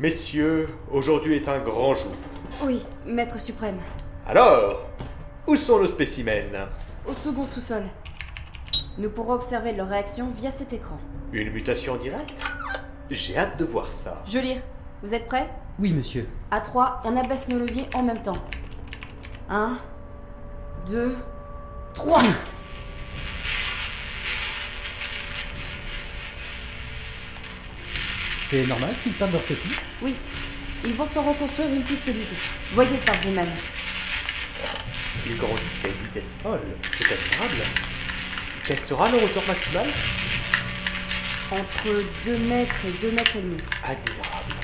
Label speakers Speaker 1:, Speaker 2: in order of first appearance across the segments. Speaker 1: Messieurs, aujourd'hui est un grand jour.
Speaker 2: Oui, maître suprême.
Speaker 1: Alors, où sont nos spécimens
Speaker 2: Au second sous-sol. Nous pourrons observer leur réaction via cet écran.
Speaker 1: Une mutation directe J'ai hâte de voir ça.
Speaker 2: Je lire. Vous êtes prêts
Speaker 3: Oui, monsieur.
Speaker 2: À 3, on abaisse nos leviers en même temps. 1, 2, 3
Speaker 3: C'est normal qu'ils perdent leur copie
Speaker 2: Oui, ils vont se reconstruire une plus solide. Voyez par vous-même.
Speaker 1: Ils grandissent à une vitesse folle. C'est admirable. Quelle sera leur hauteur maximale
Speaker 2: Entre 2 mètres et 2 mètres et demi.
Speaker 1: Admirable.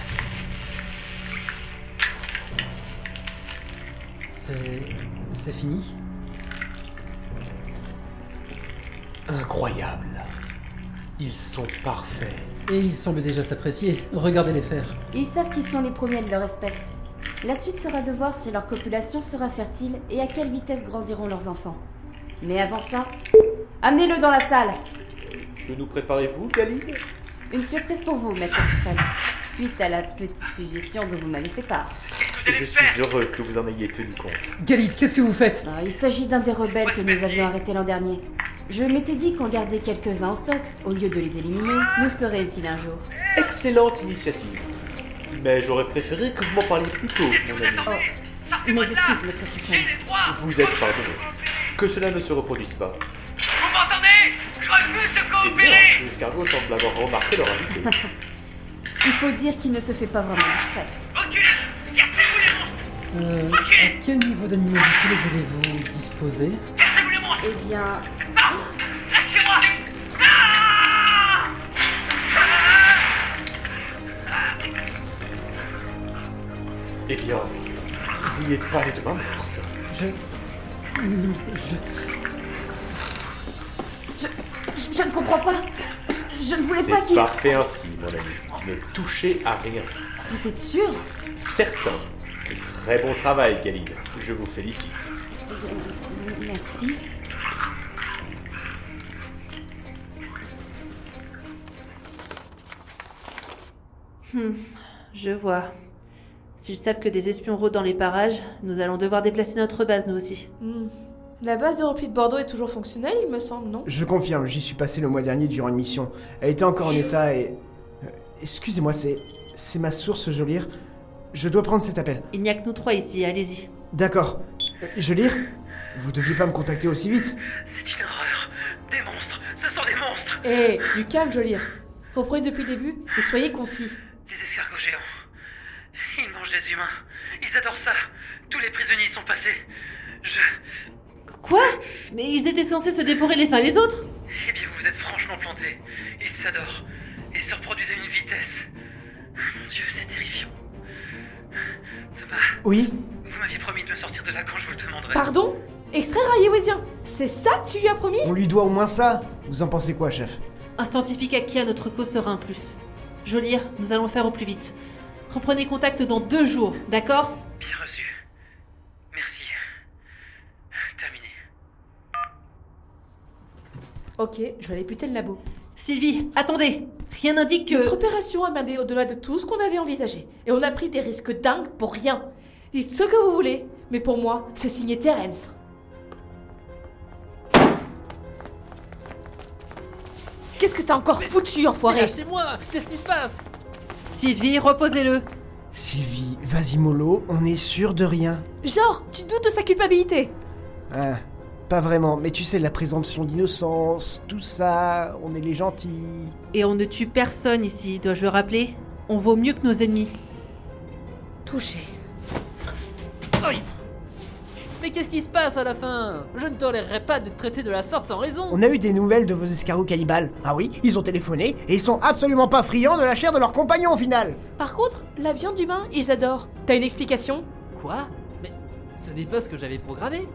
Speaker 3: C'est. C'est fini
Speaker 1: Incroyable. Ils sont parfaits.
Speaker 3: Et ils semblent déjà s'apprécier. Regardez les faire.
Speaker 2: Ils savent qu'ils sont les premiers de leur espèce. La suite sera de voir si leur copulation sera fertile et à quelle vitesse grandiront leurs enfants. Mais avant ça, amenez-le dans la salle
Speaker 1: Que nous préparez-vous, Galil
Speaker 2: Une surprise pour vous, maître suprême. Suite à la petite suggestion dont vous m'avez fait part.
Speaker 1: Je suis heureux que vous en ayez tenu compte.
Speaker 3: Galit, qu'est-ce que vous faites
Speaker 2: Ah, il s'agit d'un des rebelles que nous avions arrêté l'an dernier. Je m'étais dit qu'en garder quelques-uns en stock, au lieu de les éliminer, nous serait utile un jour.
Speaker 1: Excellente initiative. Mais j'aurais préféré que vous m'en parliez plus tôt, mon ami.
Speaker 2: Oh, mes excuses, maître suprême.
Speaker 1: Vous êtes pardonné. Que cela ne se reproduise pas.
Speaker 4: Vous m'entendez Je refuse de
Speaker 1: Eh bien,
Speaker 4: coopérer
Speaker 1: ces escargots semblent avoir remarqué leur invité.
Speaker 2: Il faut dire qu'il ne se fait pas vraiment discret.
Speaker 4: Reculez Cassez-vous les monstres
Speaker 3: Euh. À quel niveau d'animosité les avez-vous disposés
Speaker 4: Cassez-vous les monstres
Speaker 2: Eh bien,
Speaker 4: Lâchez-moi Ah
Speaker 1: Eh bien, vous n'y êtes pas les deux mains mortes.
Speaker 3: Je. Non, je.
Speaker 2: je, je ne comprends pas. Je ne voulais pas
Speaker 1: C'est
Speaker 2: qu'il.
Speaker 1: parfait ainsi, mon ami. Ne touchez à rien.
Speaker 2: Vous êtes sûr
Speaker 1: Certain. Très bon travail, Galid. Je vous félicite.
Speaker 2: Merci.
Speaker 5: Hmm, Je vois. S'ils savent que des espions rôdent dans les parages, nous allons devoir déplacer notre base, nous aussi.
Speaker 6: Hmm. La base de repli de Bordeaux est toujours fonctionnelle, il me semble, non
Speaker 7: Je confirme, j'y suis passé le mois dernier durant une mission. Elle était encore en état et... Euh, Excusez-moi, c'est... C'est ma source, je lire. Je dois prendre cet appel.
Speaker 5: Il n'y a que nous trois ici, allez-y.
Speaker 7: D'accord. Euh, Je lire Vous deviez pas me contacter aussi vite.
Speaker 4: C'est une horreur Des monstres Ce sont des monstres
Speaker 6: Eh, du calme, Jolire. Reprenez depuis le début et soyez concis.
Speaker 4: Des escargots géants. Ils mangent des humains. Ils adorent ça. Tous les prisonniers y sont passés. Je...
Speaker 5: Quoi Mais ils étaient censés se dévorer les uns les autres
Speaker 4: Eh bien, vous vous êtes franchement planté. Ils s'adorent. Ils se reproduisent à une vitesse. Mon Dieu, c'est terrifiant. Thomas,
Speaker 7: Oui
Speaker 4: vous m'aviez promis de me sortir de là quand je vous le demanderai.
Speaker 6: Pardon Extrait raïéwésien C'est ça que tu lui as promis
Speaker 7: On lui doit au moins ça Vous en pensez quoi, chef
Speaker 5: Un scientifique acquis à notre cause sera un plus. Jolire, nous allons faire au plus vite. Reprenez contact dans deux jours, d'accord
Speaker 4: Bien reçu. Merci. Terminé.
Speaker 6: Ok, je vais aller puter le labo.
Speaker 5: Sylvie, attendez Rien n'indique
Speaker 6: Notre
Speaker 5: que...
Speaker 6: opération a mené au-delà de tout ce qu'on avait envisagé. Et on a pris des risques dingues pour rien. Dites ce que vous voulez, mais pour moi, c'est signé Terence. Qu'est-ce que t'as encore foutu, enfoiré
Speaker 3: Lâchez-moi Qu'est-ce qui se passe
Speaker 5: Sylvie, reposez-le
Speaker 7: Sylvie, vas-y mollo, on est sûr de rien.
Speaker 6: Genre, tu doutes de sa culpabilité
Speaker 7: Ah, pas vraiment, mais tu sais, la présomption d'innocence, tout ça, on est les gentils.
Speaker 5: Et on ne tue personne ici, dois-je le rappeler On vaut mieux que nos ennemis.
Speaker 6: Touché.
Speaker 3: Mais qu'est-ce qui se passe à la fin Je ne tolérerai pas d'être traité de la sorte sans raison
Speaker 7: On a eu des nouvelles de vos escargots cannibales. Ah oui, ils ont téléphoné et ils sont absolument pas friands de la chair de leurs compagnons au final.
Speaker 6: Par contre, la viande d'humain, ils adorent. T'as une explication
Speaker 3: Quoi Mais ce n'est pas ce que j'avais programmé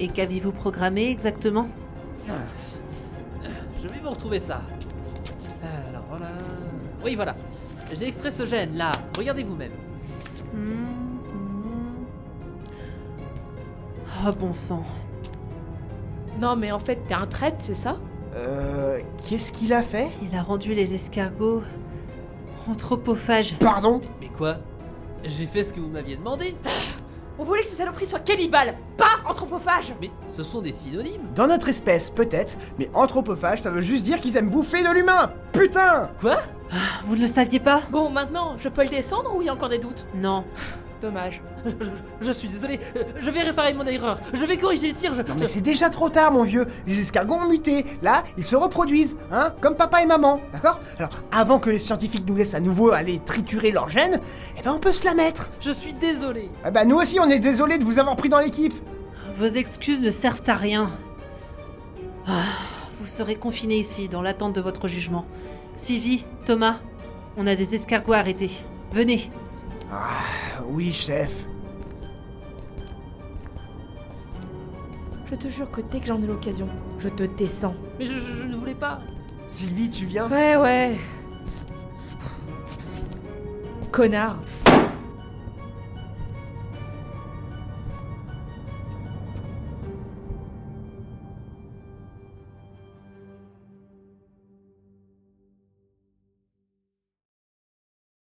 Speaker 5: Et qu'avez-vous programmé exactement
Speaker 3: Je vais vous retrouver ça. Euh, Alors voilà. Oui, voilà. J'ai extrait ce gène là. Regardez vous-même.
Speaker 5: Oh bon sang.
Speaker 6: Non, mais en fait, t'es un traître, c'est ça
Speaker 7: Euh, qu'est-ce qu'il a fait
Speaker 5: Il a rendu les escargots Anthropophage.
Speaker 7: Pardon
Speaker 3: Mais quoi J'ai fait ce que vous m'aviez demandé
Speaker 6: On voulait que ces saloperies soient cannibales, pas anthropophages
Speaker 3: Mais ce sont des synonymes
Speaker 7: Dans notre espèce, peut-être, mais anthropophage, ça veut juste dire qu'ils aiment bouffer de l'humain Putain
Speaker 3: Quoi
Speaker 5: Vous ne le saviez pas
Speaker 6: Bon, maintenant, je peux le descendre ou il y a encore des doutes
Speaker 5: Non.
Speaker 6: Dommage.
Speaker 3: je, je- je suis désolé, euh, je vais réparer mon erreur, je vais corriger le tir, je...
Speaker 7: Non mais c'est déjà trop tard, mon vieux Les escargots ont muté, là, ils se reproduisent, hein Comme papa et maman, d'accord Alors, avant que les scientifiques nous laissent à nouveau aller triturer leurs gènes, eh ben on peut se la mettre
Speaker 3: je suis désolé
Speaker 7: Eh ben nous aussi, on est désolé de vous avoir pris dans l'équipe
Speaker 5: Vos excuses ne servent à rien. Ah, vous serez confinés ici, dans l'attente de votre jugement. Sylvie, Thomas, on a des escargots arrêtés. Venez.
Speaker 7: Euh, Oui, chef.
Speaker 6: Je te jure que dès que j'en ai l'occasion, je te descends.
Speaker 3: Mais je, je- je ne voulais pas
Speaker 7: Sylvie, tu viens
Speaker 6: Ouais, ouais. Connard.